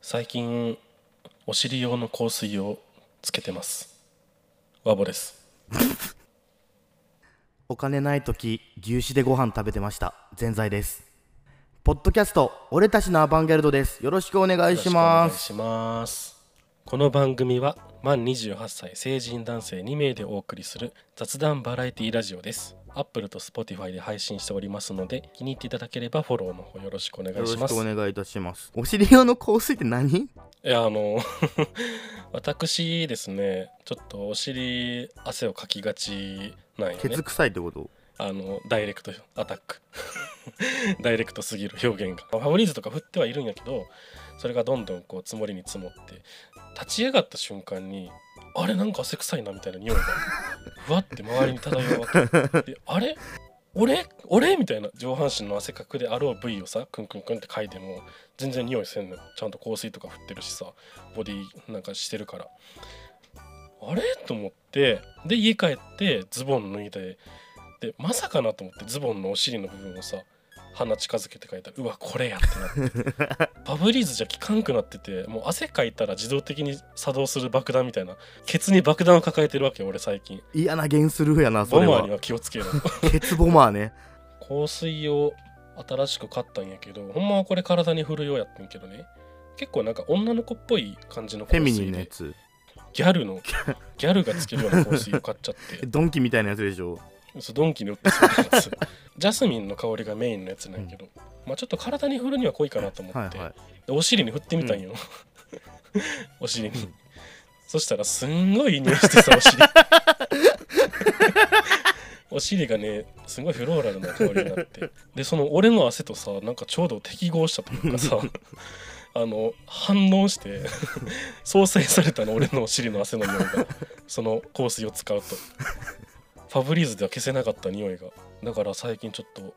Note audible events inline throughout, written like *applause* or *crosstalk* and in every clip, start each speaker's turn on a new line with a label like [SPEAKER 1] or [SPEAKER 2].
[SPEAKER 1] 最近お尻用の香水をつけてます和ボです
[SPEAKER 2] お金ない時牛脂でご飯食べてました全財ですポッドキャスト俺たちのアバンギャルドですよろしくお願いし
[SPEAKER 1] よ
[SPEAKER 2] ま
[SPEAKER 1] ろ
[SPEAKER 2] す
[SPEAKER 1] しくお願いしますこの番組は満28歳成人男性2名でお送りする雑談バラエティラジオですアップルと Spotify で配信しておりますので気に入っていただければフォローの方よろしくお願
[SPEAKER 2] よ
[SPEAKER 1] い
[SPEAKER 2] ろ
[SPEAKER 1] し
[SPEAKER 2] し
[SPEAKER 1] ます
[SPEAKER 2] くお
[SPEAKER 1] い
[SPEAKER 2] 願いいたしますお尻用の香水って何
[SPEAKER 1] やあの *laughs* 私ですねちょっとお尻汗をかきがちなんよ
[SPEAKER 2] ケ
[SPEAKER 1] ね
[SPEAKER 2] ツ臭いってこと
[SPEAKER 1] あのダイレクトアタック *laughs* ダイレクトすぎる表現がファブリーズとか振ってはいるんやけどそれがどんどんこう積もりに積もって立ち上がった瞬間にあれなんか汗臭いなみたいな匂いが *laughs* ふわって周りに漂うわけであれ俺俺みたいな上半身の汗かくであろう部位をさクンクンクンって嗅いでも全然匂いせんのよちゃんと香水とか振ってるしさボディなんかしてるからあれと思ってで家帰ってズボン脱いででまさかなと思ってズボンのお尻の部分をさ鼻近づけて書いたらうわこれやってなって
[SPEAKER 2] *laughs*
[SPEAKER 1] バブリーズじゃ効かんくなっててもう汗かいたら自動的に作動する爆弾みたいなケツに爆弾を抱えてるわけよ俺最近
[SPEAKER 2] 嫌なゲンスルーやなそ
[SPEAKER 1] ボ
[SPEAKER 2] れ
[SPEAKER 1] マー
[SPEAKER 2] は
[SPEAKER 1] には気をつけろ *laughs*
[SPEAKER 2] ケツボマーね
[SPEAKER 1] 香水を新しく買ったんやけどほんまはこれ体に振るようやってんけどね結構なんか女の子っぽい感じの
[SPEAKER 2] フ
[SPEAKER 1] 香
[SPEAKER 2] ェミニ
[SPEAKER 1] 水
[SPEAKER 2] ンなや
[SPEAKER 1] で
[SPEAKER 2] つ
[SPEAKER 1] ギャルのギャルがつけるような香水を買っちゃ
[SPEAKER 2] *laughs*
[SPEAKER 1] って
[SPEAKER 2] ドンキみたいなやつでしょ
[SPEAKER 1] そうドンキに売ってそうなやつジャスミンの香りがメインのやつなんやけど、まあちょっと体に振るには濃いかなと思って、
[SPEAKER 2] はいはい
[SPEAKER 1] でお尻に振ってみたんよ、 *laughs* お尻に、そしたらすんごいいい匂いしてさお尻 *laughs* お尻がねすごいフローラルな香りになってでその俺の汗とさなんかちょうど適合したというかさあの反応して相殺されたの俺のお尻の汗の匂いがその香水を使うとファブリーズでは消せなかった匂いがだから最近ちょっと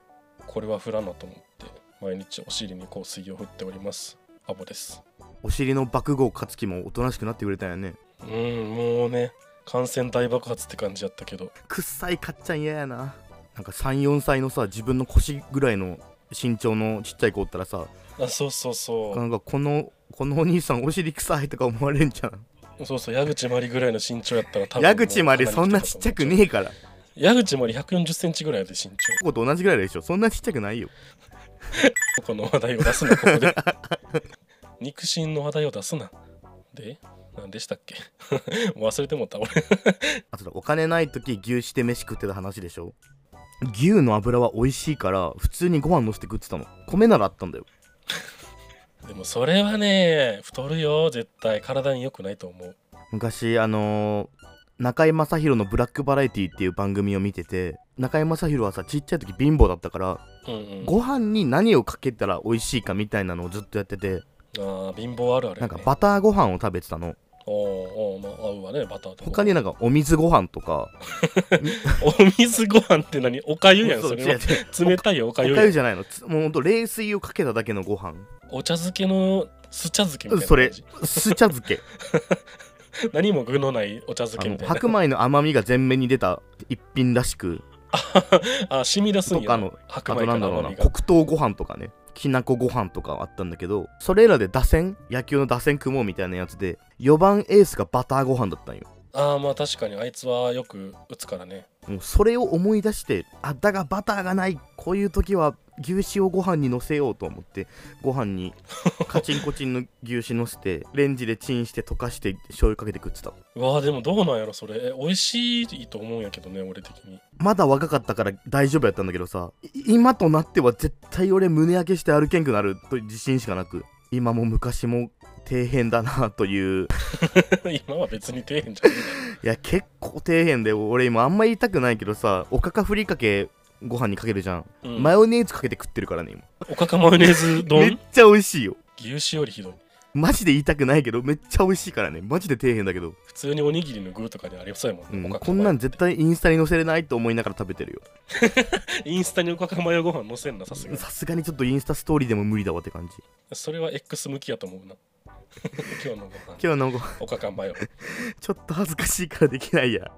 [SPEAKER 1] これは振らなと思って毎日お尻に香水を振っておりますアボです
[SPEAKER 2] お尻の爆豪勝樹もおとなしくなってくれたんやね
[SPEAKER 1] うんもうね感染大爆発って感じやったけど
[SPEAKER 2] くっさいかっちゃん嫌やななんか34歳のさ自分の腰ぐらいの身長のちっちゃい子おったらさ
[SPEAKER 1] あそうそうそ
[SPEAKER 2] なんかこのこのお兄さんお尻臭いとか思われんじゃん
[SPEAKER 1] うそうそう矢口真理ぐらいの身長やったら多分
[SPEAKER 2] 矢口までそんなちっちゃくねえから
[SPEAKER 1] 矢口真理1 4 0ンチぐらいで身長
[SPEAKER 2] ここと同じぐらいでしょそんなちっちゃくないよ
[SPEAKER 1] この話題を出すなここ
[SPEAKER 2] *laughs*
[SPEAKER 1] で肉親の話題を出すなで何でしたっけ *laughs* もう忘れてもった俺
[SPEAKER 2] あとだお金ない時牛して飯食ってた話でしょ牛の油は美味しいから普通にご飯のせて食ってたの米ならあったんだよ
[SPEAKER 1] でもそれはね太るよ絶対体に良くないと思う
[SPEAKER 2] 昔あのー中居正広の「ブラックバラエティ」っていう番組を見てて中居正広はさちっちゃい時貧乏だったから
[SPEAKER 1] うんうん
[SPEAKER 2] ご飯に何をかけたら美味しいかみたいなのをずっとやってて
[SPEAKER 1] あー貧乏あるある
[SPEAKER 2] な
[SPEAKER 1] や
[SPEAKER 2] んか
[SPEAKER 1] ね
[SPEAKER 2] バターご飯を食べてたの
[SPEAKER 1] おーおーまあ合うわねバターと
[SPEAKER 2] 他になんかお水ご飯とか
[SPEAKER 1] お水ご飯って何おかゆやん
[SPEAKER 2] そう
[SPEAKER 1] それ
[SPEAKER 2] 違う違う
[SPEAKER 1] は冷たいおかゆ
[SPEAKER 2] お
[SPEAKER 1] や
[SPEAKER 2] かゆ
[SPEAKER 1] ん
[SPEAKER 2] じゃないのつもうほんと冷水をかけただけのご飯
[SPEAKER 1] お茶漬けの酢茶漬けみたいな
[SPEAKER 2] それ
[SPEAKER 1] 感じ
[SPEAKER 2] す茶漬け
[SPEAKER 1] 何も具のないお茶漬
[SPEAKER 2] あ
[SPEAKER 1] けみ
[SPEAKER 2] の
[SPEAKER 1] たいな
[SPEAKER 2] 白米の甘みが前面に出た一品らしく
[SPEAKER 1] あ染み出すん
[SPEAKER 2] とか
[SPEAKER 1] や
[SPEAKER 2] のあ
[SPEAKER 1] 白
[SPEAKER 2] と
[SPEAKER 1] 米か
[SPEAKER 2] なん
[SPEAKER 1] ら
[SPEAKER 2] だろう
[SPEAKER 1] 甘
[SPEAKER 2] な
[SPEAKER 1] み
[SPEAKER 2] 黒
[SPEAKER 1] が
[SPEAKER 2] 糖ご飯とかねきなこご飯とかあったんだけどそれらで打線野球の打線組もうみたいなやつで4番エースがバターご飯だったんよ
[SPEAKER 1] ああまあ確かにあいつはよく打つからね
[SPEAKER 2] もうそれを思い出してあだがバターがないこういう時は牛脂をご飯にのせようと思ってご飯にカチンコチンの牛脂のせてレンジでチンして溶かして醤油かけて食ってた
[SPEAKER 1] うわーでもどうなんやろそれえ美味しいと思うんやけどね俺的に *laughs*
[SPEAKER 2] まだ若かったから大丈夫やったんだけどさい今となっては絶対俺胸焼けして歩けんくなるという自信しかなく今も昔も底辺だなという
[SPEAKER 1] *laughs* 今は別に底辺じゃね
[SPEAKER 2] いや結構底辺で俺今あんま言いたくないけどさおかかふりかけご飯にかけるじゃん、
[SPEAKER 1] え、うん
[SPEAKER 2] マヨネーズかけて食ってるからね今
[SPEAKER 1] おかかマヨネーズ
[SPEAKER 2] めっ
[SPEAKER 1] 丼
[SPEAKER 2] ちゃ美味しいよ
[SPEAKER 1] 牛脂よりひどい
[SPEAKER 2] マジで言いたくないけどめっちゃ美味しいからねマジで底辺だけど、
[SPEAKER 1] 普通におにぎりの具とかでありそうやも
[SPEAKER 2] うん
[SPEAKER 1] ね、
[SPEAKER 2] ん、
[SPEAKER 1] おかか
[SPEAKER 2] こんなん絶対インスタに載せれないと思いながら食べてるよ
[SPEAKER 1] インスタにおかかマヨご飯載せんなさすがに
[SPEAKER 2] さすがにちょっとインスタストーリーでも無理だわって感じ
[SPEAKER 1] それは X 向きやと思うな *laughs* 今日のご飯
[SPEAKER 2] 今日のご飯
[SPEAKER 1] おかかマヨ
[SPEAKER 2] ちょっと恥ずかしいからできないや。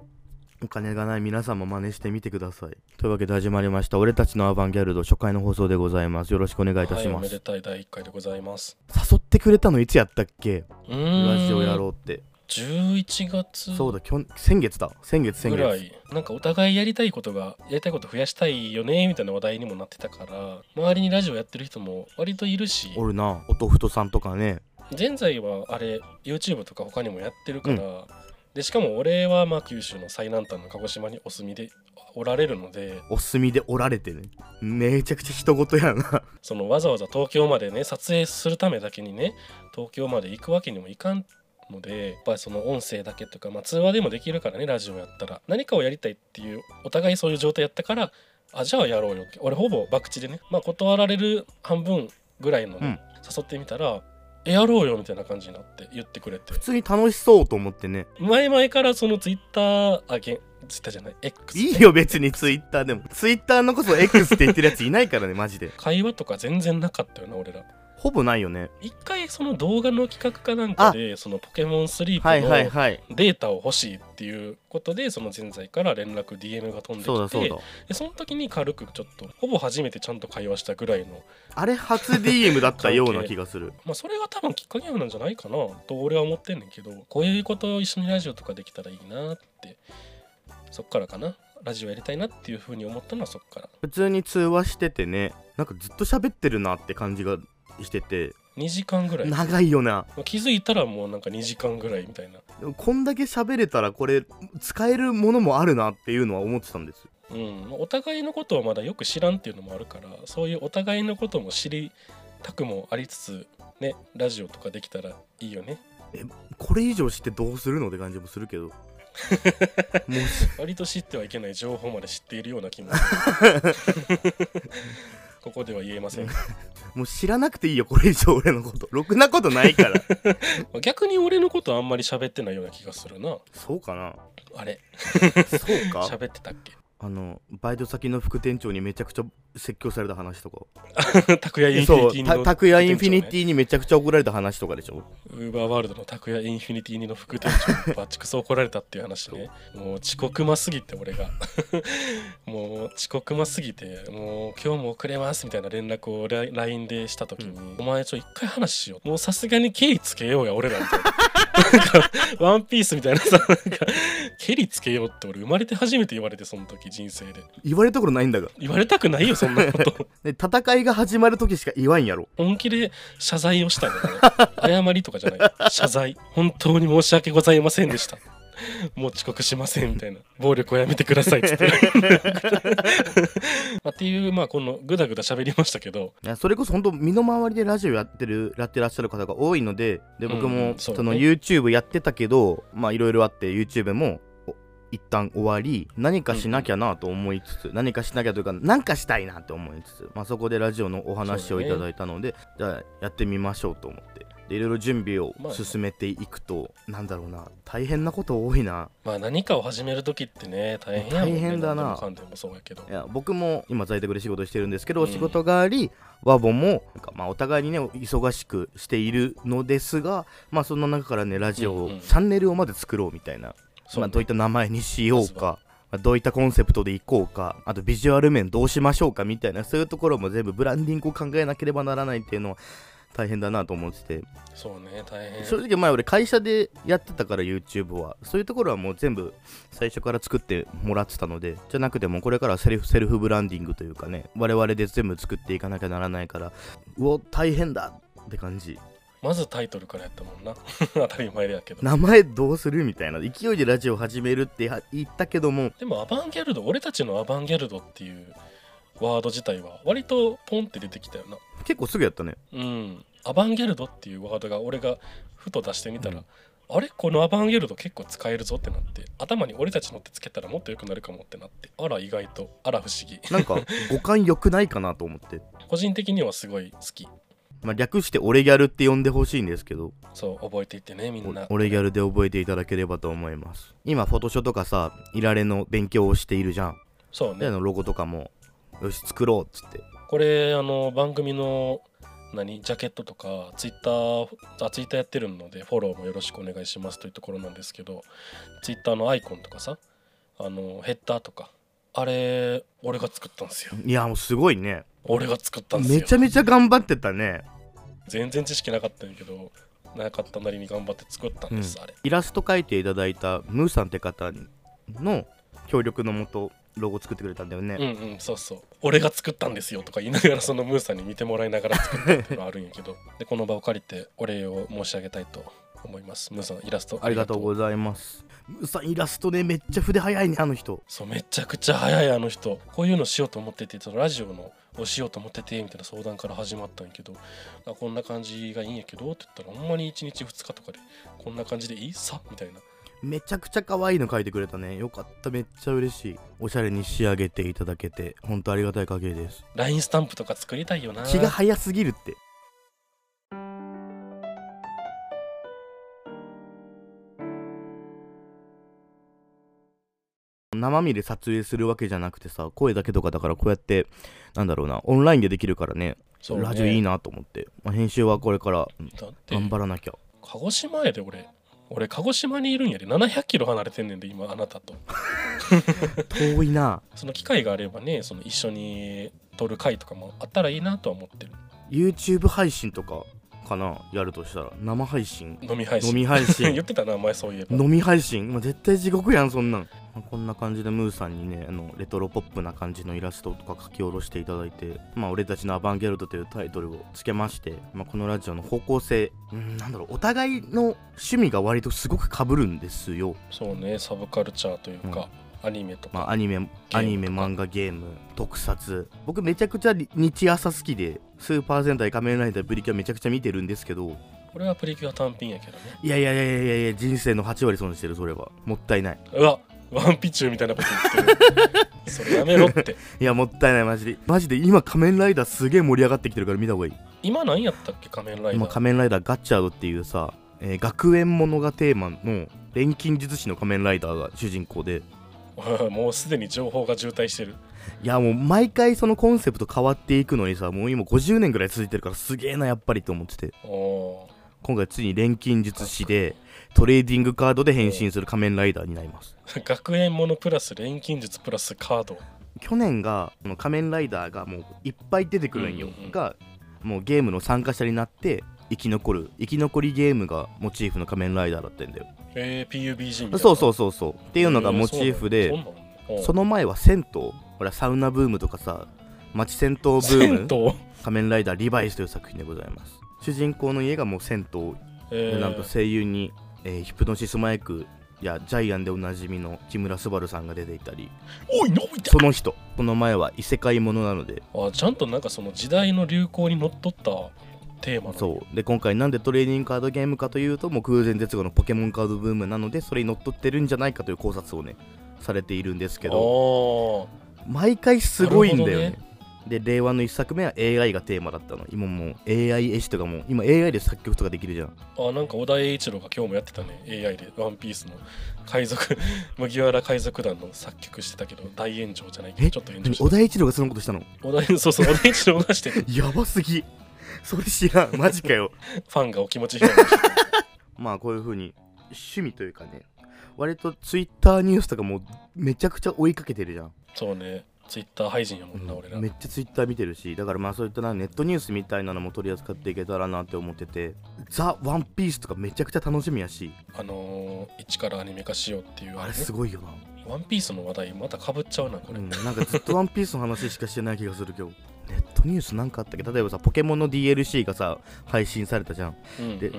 [SPEAKER 2] お金がない皆さんも真似してみてください。というわけで始まりました。俺たちのアバンギャルド初回の放送でございます。よろしくお願いいたし
[SPEAKER 1] はいお
[SPEAKER 2] ま
[SPEAKER 1] め
[SPEAKER 2] す。
[SPEAKER 1] でたい第1回でございます
[SPEAKER 2] 誘っってくれたのいつやったっけ
[SPEAKER 1] うーん
[SPEAKER 2] ラジオやろうって
[SPEAKER 1] 11月
[SPEAKER 2] そうだきょん先月だ先月先
[SPEAKER 1] ぐら
[SPEAKER 2] 月
[SPEAKER 1] いなんかお互いやりたいことがやりたいこと増やしたいよねみたいな話題にもなってたから周りにラジオやってる人も割といるし
[SPEAKER 2] おるなおとふとさんとかね
[SPEAKER 1] 現在はあれ YouTube とか他にもやってるから、でしかも俺はまあ九州の最南端の鹿児島にお住みでおられるので
[SPEAKER 2] お墨でおられてねめちゃくちゃ人事やな
[SPEAKER 1] そのわざわざ東京までね撮影するためだけにね東京まで行くわけにもいかんのでやっぱりその音声だけとか、まあ、通話でもできるからねラジオやったら何かをやりたいっていうお互いそういう状態やったからあじゃあやろうよって俺ほぼ博打でね、まあ、断られる半分ぐらいのね、
[SPEAKER 2] うん
[SPEAKER 1] 誘ってみたら「えやろうよ」みたいな感じになって言ってくれて
[SPEAKER 2] 普通に楽しそうと思ってね
[SPEAKER 1] 前々からそのツイッターあげんツイッターじゃない X
[SPEAKER 2] いいよ別にツイッターでもツイッターのこそ X って言ってるやついないからねマジで
[SPEAKER 1] 会話とか全然なかったよな俺ら
[SPEAKER 2] ほぼないよ
[SPEAKER 1] *laughs*
[SPEAKER 2] ね
[SPEAKER 1] 一回その動画の企画かなんかでそのポケモンスリー
[SPEAKER 2] はい
[SPEAKER 1] プ
[SPEAKER 2] はい
[SPEAKER 1] の
[SPEAKER 2] はい
[SPEAKER 1] データを欲しいっていうことでその人材から連絡 DM が飛んで
[SPEAKER 2] そうだ
[SPEAKER 1] き
[SPEAKER 2] そう
[SPEAKER 1] て
[SPEAKER 2] だ
[SPEAKER 1] でその時に軽くちょっとほぼ初めてちゃんと会話したぐらいの
[SPEAKER 2] あれ初 DM だったような気がする
[SPEAKER 1] まあそれが多分きっかけなんじゃないかなと俺は思ってんねんけどこういうことを一緒にラジオとかできたらいいなってそっからかなラジオやりたいなっていうふうに思ったのはそっから
[SPEAKER 2] 普通に通話しててねなんかずっと喋ってるなって感じがしてて
[SPEAKER 1] 2時間ぐらい
[SPEAKER 2] 長いよな
[SPEAKER 1] 気づいたらもうなんか2時間ぐらいみたいな
[SPEAKER 2] でもこんだけ喋れたらこれ使えるものもあるなっていうのは思ってたんです
[SPEAKER 1] うん、お互いのことをまだよく知らんっていうのもあるからそういうお互いのことも知りたくもありつつねラジオとかできたらいいよね
[SPEAKER 2] これ以上してどうするのって感じもするけ *laughs* どもう
[SPEAKER 1] 割と知ってはいけない情報まで知っているような気も
[SPEAKER 2] *laughs*
[SPEAKER 1] ここでは言えません
[SPEAKER 2] もう知らなくていいよこれ以上俺のことろくなことない *laughs* から
[SPEAKER 1] 逆に俺のことあんまり喋ってないような気がするな
[SPEAKER 2] そうかな *laughs*
[SPEAKER 1] あれ
[SPEAKER 2] そうか
[SPEAKER 1] 喋ってたっけ *laughs*
[SPEAKER 2] あのバイト先の副店長にめちゃくちゃ説教された話とか
[SPEAKER 1] 拓也インフ
[SPEAKER 2] そ
[SPEAKER 1] ィニ
[SPEAKER 2] う
[SPEAKER 1] ティ
[SPEAKER 2] た
[SPEAKER 1] の
[SPEAKER 2] 拓也インフィニティにめちゃくちゃ怒られた話とかでしょ
[SPEAKER 1] ウーバーワールドの拓也インフィニティにの副店長バチクソ怒られたっていう話ねもう遅刻ますぎて俺が *laughs* もう遅刻ますぎてもう今日も遅れますみたいな連絡をラ LINE でした時に、お前ちょ一回話しようもうさすがにケリつけようや俺らみたいななんかワンピースみたいなさなんかケリつけようって俺生まれて初めて言われてその時人生で
[SPEAKER 2] 言われたことないんだが
[SPEAKER 1] 言われたくないよそんなこと
[SPEAKER 2] *laughs* で戦いが始まる時しか言わんやろ
[SPEAKER 1] 本気で謝罪をしたのね謝りとかじゃない謝罪本当に申し訳ございませんでしたもう遅刻しませんみたいな暴力をやめてくださいっつって *laughs* まあっていうまあこのぐだぐだ喋りましたけど
[SPEAKER 2] いやそれこそ本当身の回りでラジオやってるやってらっしゃる方が多いのでで僕
[SPEAKER 1] う
[SPEAKER 2] も
[SPEAKER 1] んそうね
[SPEAKER 2] その YouTube やってたけどまあいろいろあって YouTube もお一旦終わり何かしなきゃなと思いつつ、何かしなきゃというか何かしたいなと思いつつ、まあ、そこでラジオのお話
[SPEAKER 1] そう
[SPEAKER 2] を
[SPEAKER 1] だ
[SPEAKER 2] い
[SPEAKER 1] ね
[SPEAKER 2] ただいたので、じゃあやってみましょうと思ってでいろいろ準備を
[SPEAKER 1] まあ
[SPEAKER 2] 進めていくと、なんだろうな大変なこと多いな
[SPEAKER 1] まあ何かを始める時ってね大変やもんね
[SPEAKER 2] 大変だ
[SPEAKER 1] 何
[SPEAKER 2] な
[SPEAKER 1] でもかんでもそうやけど
[SPEAKER 2] いや僕も今在宅で仕事してるんですけど、
[SPEAKER 1] うん
[SPEAKER 2] お仕事がありワボもなんかまあお互いにね忙しくしているのですがまあそんな中からねラジオを、
[SPEAKER 1] うんうん
[SPEAKER 2] チャンネルをまず作ろうみたいな、
[SPEAKER 1] そう
[SPEAKER 2] まあ、
[SPEAKER 1] ね
[SPEAKER 2] どういった名前にしよ
[SPEAKER 1] ま
[SPEAKER 2] う
[SPEAKER 1] ず
[SPEAKER 2] か、まあ、どういったコンセプトでいこうかあとビジュアル面どうしましょうかみたいなそういうところも全部ブランディングを考えなければならないっていうのは大変だなと思ってて
[SPEAKER 1] そうね大変
[SPEAKER 2] 正直前俺会社でやってたから YouTube はそういうところはもう全部最初から作ってもらってたのでじゃなくてもこれからはセルフセルフブランディングというかね我々で全部作っていかなきゃならないからうお大変だって感じ
[SPEAKER 1] まずタイトルからやったもんな *laughs* 当たり前やけど
[SPEAKER 2] 名前どうするみたいな勢いでラジオ始めるって言ったけども
[SPEAKER 1] でもアバンギャルド俺たちのアバンギャルドっていうワード自体は割とポンって出てきたよな
[SPEAKER 2] 結構すぐやったね
[SPEAKER 1] うん、アバンギャルドっていうワードが俺がふと出してみたら、
[SPEAKER 2] うん
[SPEAKER 1] あれこのアバンギャルド結構使えるぞってなって頭に俺たちのってつけたらもっと良くなるかもってなってあら意外とあら不思議
[SPEAKER 2] な
[SPEAKER 1] *laughs*
[SPEAKER 2] んか五感良くないかなと思って、
[SPEAKER 1] 個人的にはすごい好き
[SPEAKER 2] まあ、略して「俺ギャル」って呼んでほしいんですけど
[SPEAKER 1] そう覚えていってねみんな
[SPEAKER 2] 俺ギャルで覚えていただければと思います今フォトショーとかさいられの勉強をしているじゃん
[SPEAKER 1] そう
[SPEAKER 2] であ
[SPEAKER 1] ね
[SPEAKER 2] のロゴとかもよし作ろうっつって
[SPEAKER 1] これあの番組の何ジャケットとかツイッターあツイッターやってるのでフォローもよろしくお願いしますというところなんですけどツイッターのアイコンとかさあのヘッダーとかあれ俺が作ったんですよ
[SPEAKER 2] いやもうすごいね
[SPEAKER 1] 俺が作ったんですよ
[SPEAKER 2] めちゃめちゃ頑張ってたね
[SPEAKER 1] 全然知識なかったんやけどなかったなりに頑張って作ったんです、あれ
[SPEAKER 2] イラスト描いていただいたムーさんって方の協力のもとロゴ作ってくれたんだよね、
[SPEAKER 1] うんうんそうそう俺が作ったんですよとか言いながらそのムーさんに見てもらいながら作ったっていうのはあるんやけどでこの場を借りてお礼を申し上げたいと思いますムーさんイラスト
[SPEAKER 2] ありがとうございますムーさんイラストねめっちゃ筆早いねあの人
[SPEAKER 1] そうめちゃくちゃ早いあの人こういうのしようと思っててそのラジオのをしようと思っててみたいな相談から始まったんやけどあこんな感じがいいんやけどって言ったらほんまに1日2日とかでこんな感じでいいさみたいな
[SPEAKER 2] めちゃくちゃ可愛いの描いてくれたねよかっためっちゃ嬉しいおしゃれに仕上げていただけてほんとありがたい限りです
[SPEAKER 1] LINE スタンプとか作りたいよな
[SPEAKER 2] 気が早すぎるって生身で撮影するわけじゃなくてさ声だけとかだからこうやってなんだろうなオンラインでできるからね
[SPEAKER 1] そうね
[SPEAKER 2] ラジオいいなと思って、まあ、編集はこれからうん
[SPEAKER 1] だって
[SPEAKER 2] 頑張らなきゃ
[SPEAKER 1] 鹿児島やで俺俺鹿児島にいるんやで700キロ離れてんねんで今あなたと
[SPEAKER 2] 遠いな
[SPEAKER 1] その機会があればねその一緒に撮る回とかもあったらいいなとは思ってる
[SPEAKER 2] YouTube 配信とかかなやるとしたら生配信
[SPEAKER 1] 飲み配信
[SPEAKER 2] 飲み配
[SPEAKER 1] *laughs*
[SPEAKER 2] 信
[SPEAKER 1] 言ってたな前そういえば
[SPEAKER 2] 飲み配信もう絶対地獄やんそんなんまあこんな感じでムーさんにねあのレトロポップな感じのイラストとか書き下ろしていただいて「まあ、俺たちのアバンギャルド」というタイトルをつけまして、まあ、このラジオの方向性うんなんだろうお互いの趣味が割とすごくかぶるんですよ、
[SPEAKER 1] そうねサブカルチャーというか、アニメとか、
[SPEAKER 2] まあ、アニメアニメ漫画ゲーム特撮僕めちゃくちゃ日朝好きで「スーパー戦隊仮面ライダーブリキュア」めちゃくちゃ見てるんですけど
[SPEAKER 1] これはプリキュア単品やけどね
[SPEAKER 2] いやいやいやいやいや人生の8割損してるそれはもったいないう
[SPEAKER 1] わワンピチューみたいなこと言って
[SPEAKER 2] *laughs*
[SPEAKER 1] るそれやめろって
[SPEAKER 2] いやもったいないマジでマジで今仮面ライダーすげえ盛り上がってきてるから見た方がいい
[SPEAKER 1] 今何やったっけ仮面ライダ
[SPEAKER 2] 今
[SPEAKER 1] ー
[SPEAKER 2] 仮面ライダーガッチャードっていうさ、えー学園ものがテーマの錬金術師の仮面ライダーが主人公で
[SPEAKER 1] *laughs* もうすでに情報が渋滞してる
[SPEAKER 2] いやもう毎回そのコンセプト変わっていくのにさもう今50年ぐらい続いてるからすげえなやっぱりと思ってて
[SPEAKER 1] おー
[SPEAKER 2] 今回ついに錬金術師でトレーディングカードで変身する仮面ライダーになります
[SPEAKER 1] 学園ものプラス錬金術プラスカード
[SPEAKER 2] 去年がこの仮面ライダーがもういっぱい出てくるんよ、
[SPEAKER 1] うんうん
[SPEAKER 2] がもうゲームの参加者になって生き残る生き残りゲームがモチーフの仮面ライダーだったんだよ、
[SPEAKER 1] えー、PUBG みたいな
[SPEAKER 2] そうそう
[SPEAKER 1] っ
[SPEAKER 2] うそうそうっていうのがモチーフで、そ
[SPEAKER 1] の
[SPEAKER 2] の前は銭湯ほらサウナブームとかさ街銭湯ブーム
[SPEAKER 1] 銭湯
[SPEAKER 2] 仮面ライダーリバイスという作品でございます主人公の家がもう銭湯
[SPEAKER 1] え
[SPEAKER 2] で
[SPEAKER 1] ー
[SPEAKER 2] なんと声優に、えーヒプノシスマイクやジャイアンでおなじみの木村昴さんが出ていたり
[SPEAKER 1] おい伸びた
[SPEAKER 2] その人この前は異世界ものなので
[SPEAKER 1] あちゃんとなんかその時代の流行にのっとったテーマなの
[SPEAKER 2] そうで今回なんでトレーニングカードゲームかというともう空前絶後のポケモンカードブームなのでそれに乗っ取ってるんじゃないかという考察をねされているんですけど
[SPEAKER 1] ど
[SPEAKER 2] 毎回すごいんだよ
[SPEAKER 1] な
[SPEAKER 2] ね
[SPEAKER 1] る
[SPEAKER 2] で令和の1作目は AI がテーマだったの今もう AI 絵師とかもう今 AI で作曲とかできるじゃん
[SPEAKER 1] あなんか小田栄一郎が今日もやってたね AI で「ワンピースの海賊 *laughs* 麦わら海賊団の作曲してたけど大炎上じゃないけど
[SPEAKER 2] え
[SPEAKER 1] ちょっと炎上
[SPEAKER 2] でも
[SPEAKER 1] し
[SPEAKER 2] 小田栄一郎がそのことしたの
[SPEAKER 1] た小田そうそう小田栄一郎がしてる
[SPEAKER 2] やばすぎそれ知
[SPEAKER 1] *laughs*
[SPEAKER 2] らんマジかよ
[SPEAKER 1] ファンがお気持ちいいから
[SPEAKER 2] まあこういう風に趣味というかね割と Twitter ニュースとかもめちゃくちゃ追いかけてるじゃん
[SPEAKER 1] そうねツイッター配信やもんな、俺ら
[SPEAKER 2] めっちゃツイッター見てるしだからまあそういったなネットニュースみたいなのも取り扱っていけたらなって思ってて「ザ・ワンピースとかめちゃくちゃ楽しみやし
[SPEAKER 1] あのー一からアニメ化しようっていう
[SPEAKER 2] あ
[SPEAKER 1] あ
[SPEAKER 2] れ
[SPEAKER 1] れね
[SPEAKER 2] すごいよな、
[SPEAKER 1] ワンピースの話題またかぶっちゃうなこ
[SPEAKER 2] う
[SPEAKER 1] れ、
[SPEAKER 2] ん、なんかずっと「ワンピースの話しかしてない気がする今日ネットニュースなんかあったっけ例えばさポケモンの DLC がさ配信されたじゃん
[SPEAKER 1] うんうんうん
[SPEAKER 2] で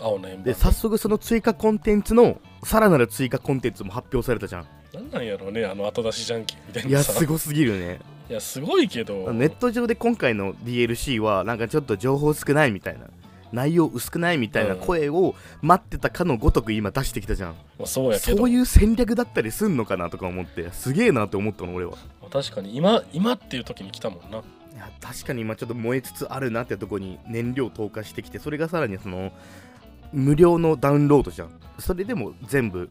[SPEAKER 1] 青の円
[SPEAKER 2] で
[SPEAKER 1] 盤
[SPEAKER 2] 早速その追加コンテンツのさらなる追加コンテンツも発表されたじ
[SPEAKER 1] *laughs*
[SPEAKER 2] ゃん
[SPEAKER 1] なんなんやろうねあの後出しじゃんけんみたい
[SPEAKER 2] い
[SPEAKER 1] な
[SPEAKER 2] や
[SPEAKER 1] さ
[SPEAKER 2] すごすぎるね
[SPEAKER 1] いやすごいけど
[SPEAKER 2] ネット上で今回の DLC はなんかちょっと情報少ないみたいな内容薄くないみたいな声を待ってたかのごとく今出してきたじゃん、
[SPEAKER 1] まあ、そうやけど
[SPEAKER 2] そういう戦略だったりすんのかなとか思ってすげえなって思ったの俺は
[SPEAKER 1] まあ確かに今今っていう時に来たもんない
[SPEAKER 2] や確かに今ちょっと燃えつつあるなってとこに燃料投下してきてそれがさらにその無料のダウンロードじゃんそれでも全部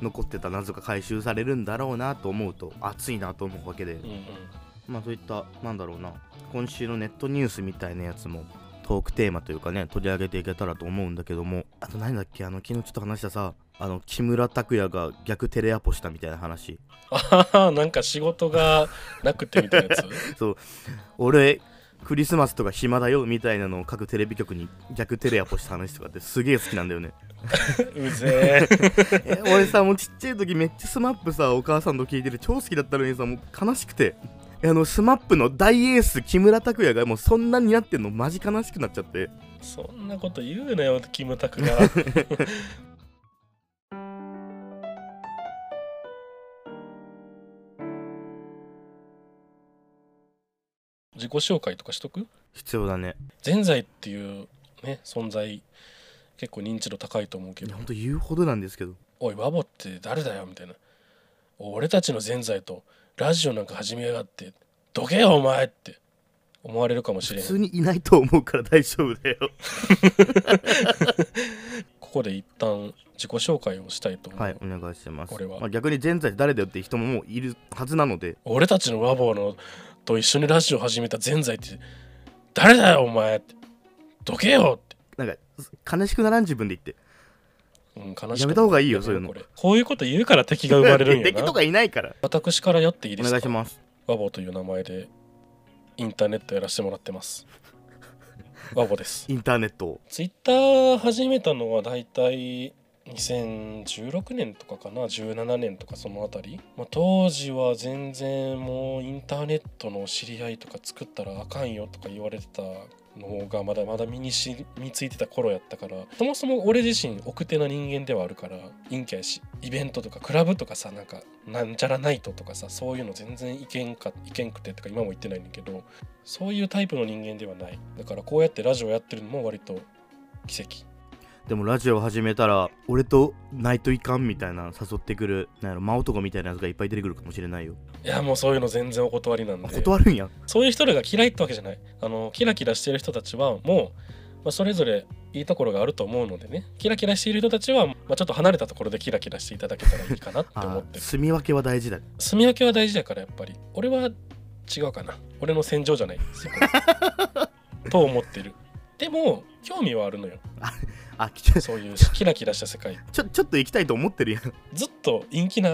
[SPEAKER 2] 残ってた謎が回収されるんだろうなと思うと熱いなと思うわけで、
[SPEAKER 1] うんうん
[SPEAKER 2] まあそういったなんだろうな今週のネットニュースみたいなやつもトークテーマというかね取り上げていけたらと思うんだけどもあと何だっけあの昨日ちょっと話したさあの木村拓哉が逆テレアポしたみたいな話
[SPEAKER 1] *laughs*
[SPEAKER 2] *laughs*
[SPEAKER 1] あははなんか仕事がなくてみたいなやつ
[SPEAKER 2] 俺クリスマスとか暇だよみたいなのを各テレビ局に逆テレアポした話とかってすげえ好きなんだよね
[SPEAKER 1] うぜえ
[SPEAKER 2] え俺さもうちっちゃい時めっちゃスマップさお母さんと聞いてる超好きだったのにさもう悲しくてえあのスマップの大エース木村拓哉がもうそんなになってんのマジ悲しくなっちゃって
[SPEAKER 1] *laughs* そんなこと言うなよキムタクが *laughs* 自己紹介とかしとく
[SPEAKER 2] 必要だね
[SPEAKER 1] ぜんざいっていうね存在結構認知度高いと思うけ
[SPEAKER 2] いや
[SPEAKER 1] ど
[SPEAKER 2] ほんと言うほどなんですけど
[SPEAKER 1] 「おいバボって誰だよ」みたいな「俺たちのぜんざいとラジオなんか始めやがってどけよお前」って思われるかもし
[SPEAKER 2] 普
[SPEAKER 1] れん
[SPEAKER 2] 通にいないと思うから大丈夫だよ
[SPEAKER 1] ここで一旦自己紹介をしたいと思う、
[SPEAKER 2] はいお願いします
[SPEAKER 1] 俺は
[SPEAKER 2] まあ、逆に全財誰だよって人ももういるはずなので
[SPEAKER 1] 俺たちの和ボのと一緒にラジオ始めたぜんざいって誰だよお前ってどけよって、
[SPEAKER 2] なんか悲しくならん自分で言って
[SPEAKER 1] うん、悲し
[SPEAKER 2] やめた方がいい
[SPEAKER 1] や
[SPEAKER 2] よ
[SPEAKER 1] め
[SPEAKER 2] そういうの
[SPEAKER 1] これこういうこと言うから敵が生まれるんや
[SPEAKER 2] *laughs* 敵
[SPEAKER 1] な
[SPEAKER 2] とかいないから
[SPEAKER 1] 私からやっていいで
[SPEAKER 2] お
[SPEAKER 1] す
[SPEAKER 2] 願
[SPEAKER 1] か
[SPEAKER 2] いします
[SPEAKER 1] ワボという名前でインターネットやらせてもらってます。ワボです。
[SPEAKER 2] インターネットを
[SPEAKER 1] ツイッター始めたのはだいたい2016年とかかな17年とかそのあたり、まあ、当時は全然もうインターネットの知り合いとか作ったらあかんよとか言われてたのがまだまだ身にし身についてた頃やったからそもそも俺自身奥手な人間ではあるから陰キャやしイベントとかクラブとかさなんかなんちゃらナイトとかさそういうの全然いけんかいけんくてとか今も言ってないんだけどそういうタイプの人間ではないだからこうやってラジオやってるのも割と奇跡
[SPEAKER 2] でもラジオ始めたら俺とないといかんみたいな誘ってくるなんやろ真男みたいなやつがいっぱい出てくるかもしれないよ
[SPEAKER 1] いやもうそういうの全然お断りなん
[SPEAKER 2] あ
[SPEAKER 1] で
[SPEAKER 2] 断るんや
[SPEAKER 1] そういう人らが嫌いってわけじゃないあのキラキラしてる人たちはもう、まあ、それぞれいいところがあると思うのでねキラキラしている人たちは、まあ、ちょっと離れたところでキラキラしていただけたらいいかなって思
[SPEAKER 2] あ
[SPEAKER 1] って
[SPEAKER 2] ー
[SPEAKER 1] る
[SPEAKER 2] 住み分けは大事だ
[SPEAKER 1] 住み分けは大事だからやっぱり俺は違うかな俺の戦場じゃない
[SPEAKER 2] *laughs*
[SPEAKER 1] そこと思ってるでも興味はあるのよ
[SPEAKER 2] あきちょ
[SPEAKER 1] そういうキラキラした世界
[SPEAKER 2] ちょちょっと行きたいと思ってるやん
[SPEAKER 1] ずっと陰気な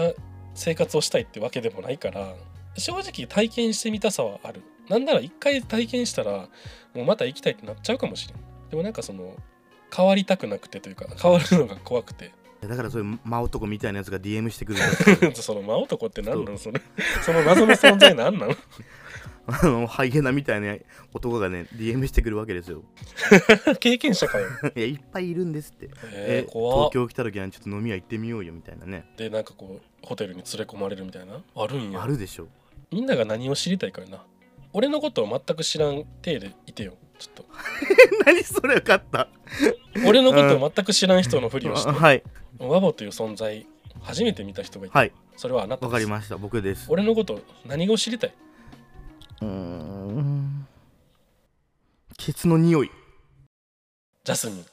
[SPEAKER 1] 生活をしたいってわけでもないから正直体験してみたさはあるなんなら一回体験したらもうまた行きたいってなっちゃうかもしれんでもなんかその変わりたくなくてというか変わるのが怖くて *laughs*
[SPEAKER 2] だからそういう真男みたいなやつが DM してくる
[SPEAKER 1] その真男って何なのそれその謎の存在何なの *laughs*
[SPEAKER 2] *laughs* あのハイゲナみたいな男がね DM してくるわけですよ *laughs*
[SPEAKER 1] 経験者かよ
[SPEAKER 2] いやいっぱいいるんですって
[SPEAKER 1] えー、怖っ
[SPEAKER 2] 東京来た時はちょっと飲み屋行ってみようよみたいなね
[SPEAKER 1] でなんかこうホテルに連れ込まれるみたいなあるんや
[SPEAKER 2] あるでしょ *laughs*
[SPEAKER 1] みんなが何を知りたいからな俺のことを全く知らん体でいてよち *laughs* ょっ
[SPEAKER 2] 何それ分かった
[SPEAKER 1] と俺のことを全く知らん人のふりをして
[SPEAKER 2] あ *laughs* はい
[SPEAKER 1] ワボという存在初めて見た人がいて、
[SPEAKER 2] はい
[SPEAKER 1] それはあなた
[SPEAKER 2] わ
[SPEAKER 1] です
[SPEAKER 2] かりました僕です
[SPEAKER 1] 俺のこと何を知りたいう
[SPEAKER 2] ーんケツの匂い
[SPEAKER 1] ジャスミン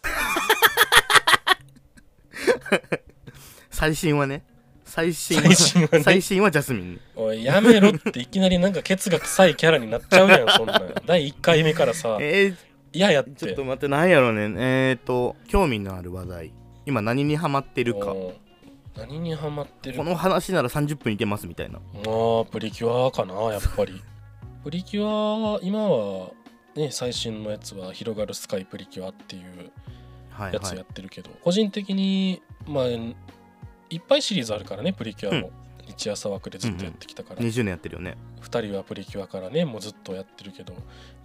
[SPEAKER 2] 最新はね最新は
[SPEAKER 1] 最新はね
[SPEAKER 2] 最新はジャスミン
[SPEAKER 1] おいやめろっていきなりなんかケツが臭いキャラになっちゃう
[SPEAKER 2] *laughs*
[SPEAKER 1] やんそんなん第1回目からさ
[SPEAKER 2] え
[SPEAKER 1] 嫌やっ
[SPEAKER 2] ー、ちょってと待って何やろうねえっ、ー、と興味のある話題今何にハマってるか
[SPEAKER 1] もう何にハマってる
[SPEAKER 2] この話なら30分いけますみたいな
[SPEAKER 1] まあプリキュアかなやっぱりプリキュアは今はね最新のやつは「広がるスカイプリキュア」っていう
[SPEAKER 2] はい
[SPEAKER 1] やつ
[SPEAKER 2] は
[SPEAKER 1] や
[SPEAKER 2] い
[SPEAKER 1] ってるけど、個人的にまあいっぱいシリーズあるからねプリキュアも、日朝枠でずっとやってきたから、
[SPEAKER 2] 20年やってるよね
[SPEAKER 1] 2人はプリキュアからねもうずっとやってるけど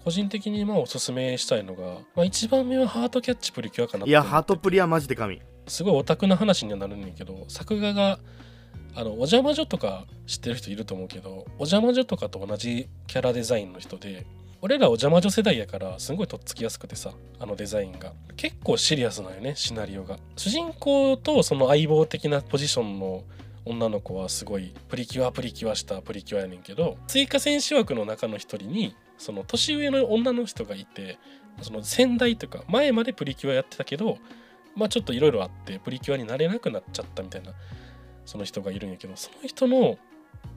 [SPEAKER 1] 個人的にまあおすすめしたいのが、まあ、1番目はハートキャッチプリキュアかなって
[SPEAKER 2] いやハートプリはマジで神
[SPEAKER 1] すごいオタクな話にはなるんだけど作画があのお邪魔女とか知ってる人いると思うけどお邪魔女とかと同じキャラデザインの人で俺らお邪魔女世代やからすごいとっつきやすくてさあのデザインが結構シリアスなんよねシナリオが主人公とその相棒的なポジションの女の子はすごいプリキュアプリキュアしたプリキュアやねんけど追加選手枠の中の一人にその年上の女の人がいてその先代とか前までプリキュアやってたけどまあちょっといろいろあってプリキュアになれなくなっちゃったみたいなその人がいるんやけどその人の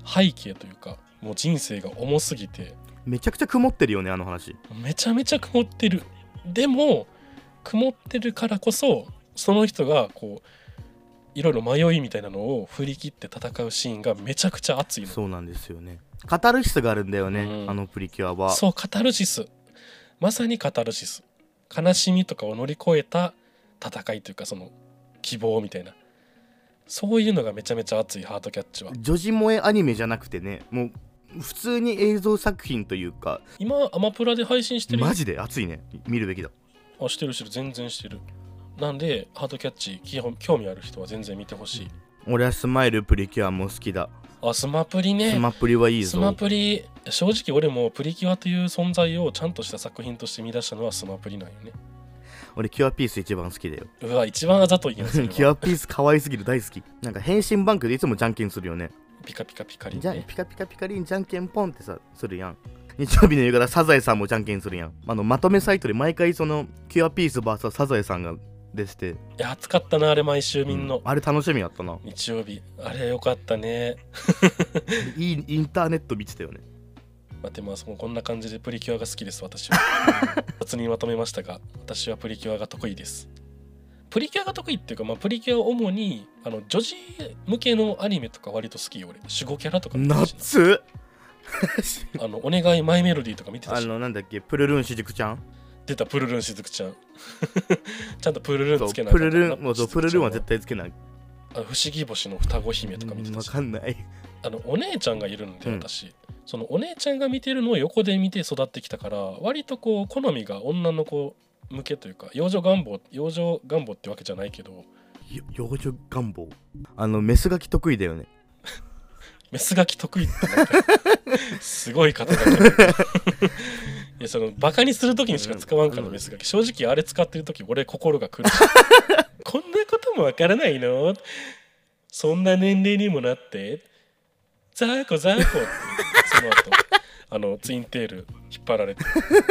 [SPEAKER 1] 背景というかもう人生が重すぎて
[SPEAKER 2] めちゃくちゃ曇ってるよねあの話
[SPEAKER 1] めちゃめちゃ曇ってるでも曇ってるからこそその人がこういろいろ迷いみたいなのを振り切って戦うシーンがめちゃくちゃ熱いの
[SPEAKER 2] そうなんですよねカタルシスがあるんだよね、
[SPEAKER 1] うん
[SPEAKER 2] あのプリキュアは
[SPEAKER 1] そうカタルシスまさにカタルシス悲しみとかを乗り越えた戦いというかその希望みたいなそういうのがめちゃめちゃ熱いハートキャッチは
[SPEAKER 2] 女児萌えアニメじゃなくてねもう普通に映像作品というか
[SPEAKER 1] 今アマプラで配信してる
[SPEAKER 2] マジで熱いね見るべきだ
[SPEAKER 1] あしてるしてる全然してるなんでハートキャッチ基本興味ある人は全然見てほしい
[SPEAKER 2] 俺はスマイルプリキュアも好きだ
[SPEAKER 1] あスマプリね
[SPEAKER 2] スマプリはいい
[SPEAKER 1] スマ
[SPEAKER 2] ぞ
[SPEAKER 1] プリ正直俺もプリキュアという存在をちゃんとした作品として見出したのはスマプリなんよね
[SPEAKER 2] 俺キュアピース一番好きだよ
[SPEAKER 1] うわ一番あざといや
[SPEAKER 2] *laughs*
[SPEAKER 1] つ
[SPEAKER 2] キュアピース可愛すぎる大好きなんか変身バンクでいつもじゃんけんするよね
[SPEAKER 1] ピカピカピカリン
[SPEAKER 2] じゃ
[SPEAKER 1] ね
[SPEAKER 2] ピカピカピカリンじゃんけんポンってさするやん日曜日の夕方サザエさんもじゃんけんするやんあのまとめサイトで毎回そのキュアピース VS サザエさんが出して
[SPEAKER 1] いや暑かったなあれ毎週みんな、
[SPEAKER 2] うあれ楽しみやったな
[SPEAKER 1] 日曜日あれよかったね
[SPEAKER 2] いいインターネット見てたよね
[SPEAKER 1] 待ってますもうこんな感じでプリキュアが好きです
[SPEAKER 2] *laughs*
[SPEAKER 1] 私は雑にまとめましたが私はプリキュアが得意ですプリキュアが得意っていうか、まあ、プリキュアは主にあの女児向けのアニメとか割と好きよ俺守護キャラとか見てたし
[SPEAKER 2] 夏
[SPEAKER 1] あのお願いマイメロディーとか見てた
[SPEAKER 2] あ
[SPEAKER 1] し
[SPEAKER 2] のなんだっけプルルンしずくちゃん
[SPEAKER 1] 出たプルルンしずくちゃん *laughs* ちゃんとプルルン
[SPEAKER 2] そう
[SPEAKER 1] つけない
[SPEAKER 2] プルルンもうそうプルルンは
[SPEAKER 1] 対
[SPEAKER 2] 絶対つけない
[SPEAKER 1] 不思議星の双子姫とか見てた
[SPEAKER 2] わ
[SPEAKER 1] し
[SPEAKER 2] かんない
[SPEAKER 1] あのお姉ちゃんがいるんで
[SPEAKER 2] うん
[SPEAKER 1] 私、そのお姉ちゃんが見てるのを横で見て育ってきたから割とこう好みが女の子向けというか養女願望養女願望ってわけじゃないけど
[SPEAKER 2] よ幼女願望あのメスガキ得意だよね
[SPEAKER 1] メスガキ得意ってなんかすごい方だ *laughs* けどいやそのバカにする時にしか使わんから、
[SPEAKER 2] うん
[SPEAKER 1] メスガキ正直あれ使ってる時俺心が苦しい *laughs* こんなこともわからないのそんな年齢にもなってザーコザーコってその後あのツインテール引っ張られて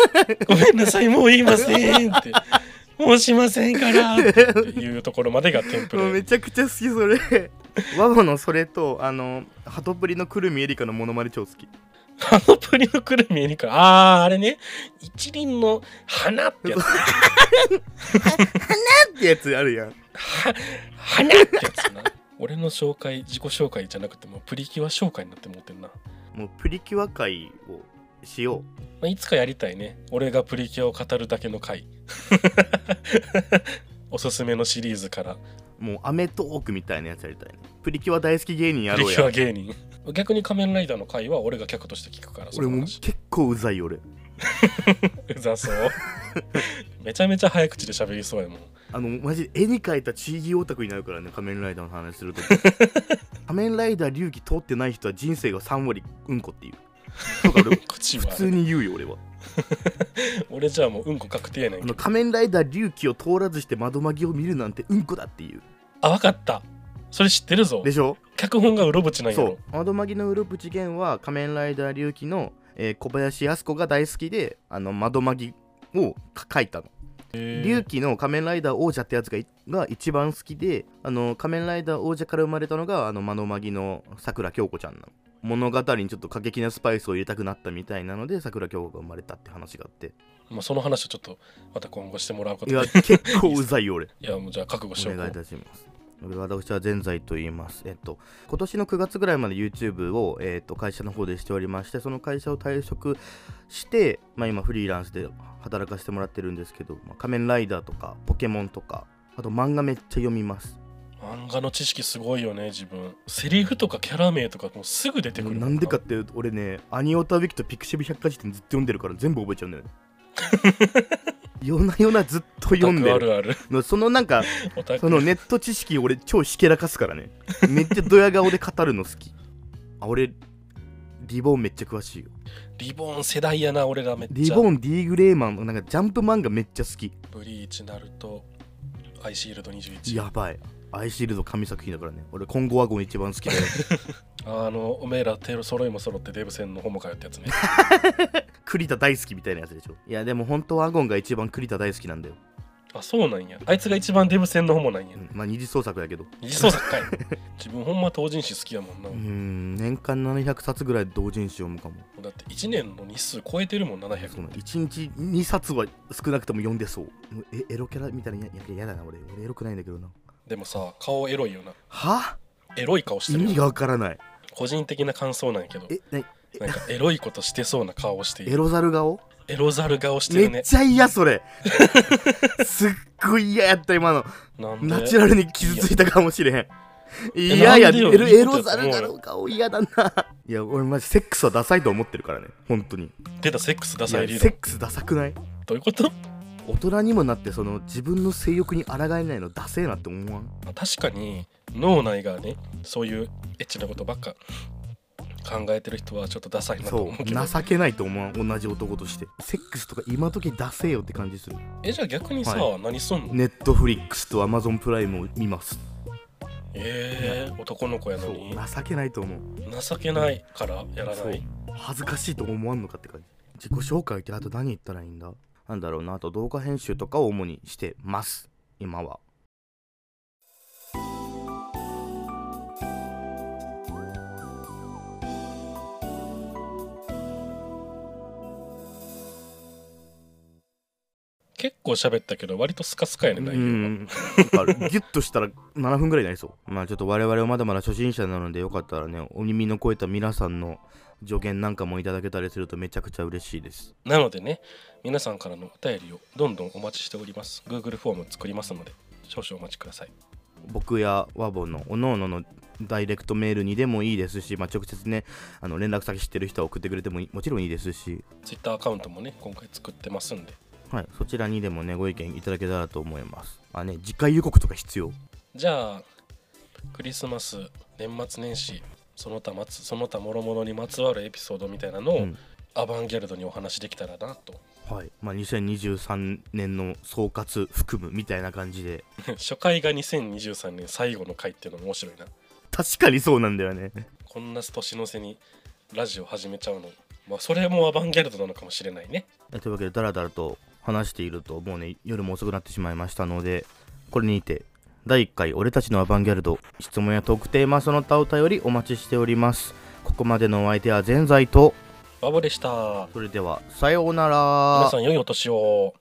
[SPEAKER 1] 「ごめんなさいもう言いません」って「もうしませんから」っていうところまでがテンプ
[SPEAKER 2] もう
[SPEAKER 1] レ
[SPEAKER 2] めちゃくちゃ好きそれ *laughs* ワボのそれとあのハトプリのくるみエリカのモノマネ超好き *laughs*
[SPEAKER 1] あのプリのくるみエリカあーあれね一輪の花ってや
[SPEAKER 2] *laughs*
[SPEAKER 1] つ
[SPEAKER 2] ってやつあるやん
[SPEAKER 1] は花ってやつな俺の紹介自己紹介じゃなくてもうプリキュア紹介になってもってんな、ま
[SPEAKER 2] もうプリキュア会をしよ
[SPEAKER 1] あ、いつかやりたいね俺がプリキュアを語るだけの回 *laughs* おすすめのシリーズから
[SPEAKER 2] うもうアメトーークみたいなやつやりたいねプリキュア大好き芸人や
[SPEAKER 1] プ
[SPEAKER 2] ろ
[SPEAKER 1] リ
[SPEAKER 2] う
[SPEAKER 1] キュ
[SPEAKER 2] や
[SPEAKER 1] ア芸人逆に仮面ライダーの回は俺が客として聞くからそ
[SPEAKER 2] 俺
[SPEAKER 1] の
[SPEAKER 2] もう
[SPEAKER 1] 話
[SPEAKER 2] 結構うざい
[SPEAKER 1] *laughs*
[SPEAKER 2] 俺
[SPEAKER 1] うざそうめちゃめちゃ早口で喋りそうやもん
[SPEAKER 2] あのマジで絵に描いたチーギーオタクになるからね仮面ライダーの話す *laughs* ると仮面ライダー龍騎通ってない人は人生が3割うんこっていうだから俺
[SPEAKER 1] 口
[SPEAKER 2] *laughs* 普
[SPEAKER 1] は
[SPEAKER 2] 通に言うよ俺は
[SPEAKER 1] 俺じゃあもううんこ確定やねん
[SPEAKER 2] あ
[SPEAKER 1] けど
[SPEAKER 2] の仮面ライダー龍騎を通らずして窓紛を見るなんてうんこだっていう
[SPEAKER 1] あわかったそれ知ってるぞ
[SPEAKER 2] でしょ
[SPEAKER 1] 脚本がうろぶちなんや
[SPEAKER 2] そ
[SPEAKER 1] ろ
[SPEAKER 2] う窓紛のウルプチゲンは仮面ライダー龍騎の、えー小林靖子が大好きであの窓紛をか書いたの
[SPEAKER 1] へー
[SPEAKER 2] 龍騎の仮面ライダー王者ってやつがいが一番好きであの仮面ライダー王者から生まれたのがあの窓紛のさくら京子ちゃんなの物語にちょっと過激なスパイスを入れたくなったみたいなのでさくら京子が生まれたって話があって
[SPEAKER 1] まあ、その話をちょっとまた今後してもらうこと
[SPEAKER 2] い
[SPEAKER 1] で
[SPEAKER 2] や結構うざいよ俺
[SPEAKER 1] いやもうじゃあ覚悟しよ
[SPEAKER 2] お
[SPEAKER 1] う
[SPEAKER 2] 願いいたします。私は全財と言います。えっと、今年の9月ぐらいまで YouTube を、えっと、会社の方でしておりまして、その会社を退職して、まあ、今フリーランスで働かせてもらってるんですけど、まあ仮面ライダーとか、ポケモンとか、あと漫画めっちゃ読みます。
[SPEAKER 1] 漫画の知識すごいよね自分セリフとかキャラ名とかもうすぐ出てくるも
[SPEAKER 2] なんでかっていうと、俺ね、アニオタウィキとピクシブ百科事典ずっと読んでるから全部覚えちゃうんだよ
[SPEAKER 1] *laughs*
[SPEAKER 2] ね。夜な夜なずっと読ん
[SPEAKER 1] オタク
[SPEAKER 2] で
[SPEAKER 1] あ
[SPEAKER 2] る。
[SPEAKER 1] るある
[SPEAKER 2] そのなんか、
[SPEAKER 1] オタク
[SPEAKER 2] そのネット知識俺超ひけらかすからね。めっちゃドヤ顔で語るの好き。あ、俺、リボーンめっちゃ詳しいよ。
[SPEAKER 1] リボン世代やな俺らめっちゃ
[SPEAKER 2] リボーン、ディーグレーマンのなんかジャンプ漫画めっちゃ好き。
[SPEAKER 1] ブリーチナルトアイシールド21
[SPEAKER 2] やばい。アイシールド神作品だからね。俺、今後ワゴン一番
[SPEAKER 1] *laughs*
[SPEAKER 2] 好きだよ。
[SPEAKER 1] あのおめえらテロ揃いも揃ってデブ戦のホモかよってやつね *laughs*
[SPEAKER 2] 栗田大好きみたいなやつでしょ。いや、でも本当ワゴンが一番栗田大好きなんだよ。
[SPEAKER 1] あそうなんやあいつが一番デブ戦のホモなんや
[SPEAKER 2] うん、まあ、二次創作だけど。
[SPEAKER 1] 二次創作かい自分ほんま同人誌好きやもんな、
[SPEAKER 2] うーん、年間700冊ぐらい同人誌読むかも。
[SPEAKER 1] だって1年の日数超えてるもん700
[SPEAKER 2] その1日2冊は少なくとも読んでそう。もうえエロキャラみたいなやややだな俺。俺エロくないんだけどな。
[SPEAKER 1] でもさ顔エロいよな
[SPEAKER 2] は
[SPEAKER 1] エロい顔して
[SPEAKER 2] 意
[SPEAKER 1] るよ
[SPEAKER 2] 味がわからない。
[SPEAKER 1] 個人的な感想なんやけど
[SPEAKER 2] え、な
[SPEAKER 1] なんかエロいことしてそうな顔をしてい
[SPEAKER 2] エ
[SPEAKER 1] る
[SPEAKER 2] ロザル顔
[SPEAKER 1] エロザル顔して
[SPEAKER 2] め
[SPEAKER 1] る
[SPEAKER 2] っ
[SPEAKER 1] ね
[SPEAKER 2] ちゃ嫌
[SPEAKER 1] *laughs*
[SPEAKER 2] それすっごい嫌やった今の
[SPEAKER 1] なんで
[SPEAKER 2] ナチュラルに傷ついたかもしれん
[SPEAKER 1] や
[SPEAKER 2] 嫌や
[SPEAKER 1] なんでよ
[SPEAKER 2] エロ
[SPEAKER 1] いいことやと思う
[SPEAKER 2] エロ
[SPEAKER 1] よ
[SPEAKER 2] ザルだろう顔嫌だないや俺マジセックスはダサいと思ってるからね本当に
[SPEAKER 1] 出たセックスダサい
[SPEAKER 2] い
[SPEAKER 1] 理
[SPEAKER 2] やセ
[SPEAKER 1] 論
[SPEAKER 2] ックスダサくない
[SPEAKER 1] どういうこと
[SPEAKER 2] 大人にもなってその自分の性欲に抗えないのダセえなって思わん
[SPEAKER 1] 確かに脳内がねそういうエッチなことばっか考えてる人はちょっとダサいなと
[SPEAKER 2] そ
[SPEAKER 1] 思う
[SPEAKER 2] う
[SPEAKER 1] けど
[SPEAKER 2] 情けないと思わん同じ男としてセックスとか今時ダセえよって感じする
[SPEAKER 1] えじゃあ逆にさ、
[SPEAKER 2] は
[SPEAKER 1] 何すんの
[SPEAKER 2] ネットフリックスとアマゾンプライムを見ます
[SPEAKER 1] えー、男の子やの
[SPEAKER 2] そう
[SPEAKER 1] に
[SPEAKER 2] 情けないと思う
[SPEAKER 1] 情けないからやら
[SPEAKER 2] そ
[SPEAKER 1] な
[SPEAKER 2] う
[SPEAKER 1] い
[SPEAKER 2] 恥ずかしいと思わんのかって感じ自己紹介ってあと何言ったらいいんだなんだろうなあと動画編集とかを主にしてます今は
[SPEAKER 1] 結構喋ったけど割とスカスカやね
[SPEAKER 2] うん
[SPEAKER 1] 内容が
[SPEAKER 2] わかるギュッとしたら7分ぐらいになりそうまあちょっと我々はまだまだ初心者なのでよかったらねお耳の超えた皆さんの助言なんかもいただけたりするとめちゃくちゃ嬉しいです
[SPEAKER 1] なのでね皆さんからのお便りをどんどんお待ちしております Google フォーム作りますので少々お待ちください
[SPEAKER 2] 僕やワボのおのおののダイレクトメールにでもいいですし、まあ、直接ねあの連絡先知ってる人は送ってくれてもいもちろんいいですし、
[SPEAKER 1] Twitter アカウントもね今回作ってますんで
[SPEAKER 2] はい、そちらにでもねご意見いただけたらと思いますあね次回予告とか必要
[SPEAKER 1] じゃあクリスマス年末年始その他まつその他諸々にまつわるエピソードみたいなのを、
[SPEAKER 2] うん
[SPEAKER 1] アバンギャルドにお話できたらなと *laughs*
[SPEAKER 2] はい、まあ、2023年の総括含むみたいな感じで
[SPEAKER 1] 初回が2023年最後の回っていうのも面白いな
[SPEAKER 2] 確かにそうなんだよね *laughs*
[SPEAKER 1] こんな年の瀬にラジオ始めちゃうの、まあ、それもアバンギャルドなのかもしれないね
[SPEAKER 2] えというわけでダラダラと話しているともうね夜も遅くなってしまいましたのでこれにて第1回俺たちのアバンギャルド質問やトークテーマその他お便りお待ちしておりますここまでのお相手は全財と
[SPEAKER 1] バボでした
[SPEAKER 2] それではさようなら
[SPEAKER 1] 皆さん良いお年を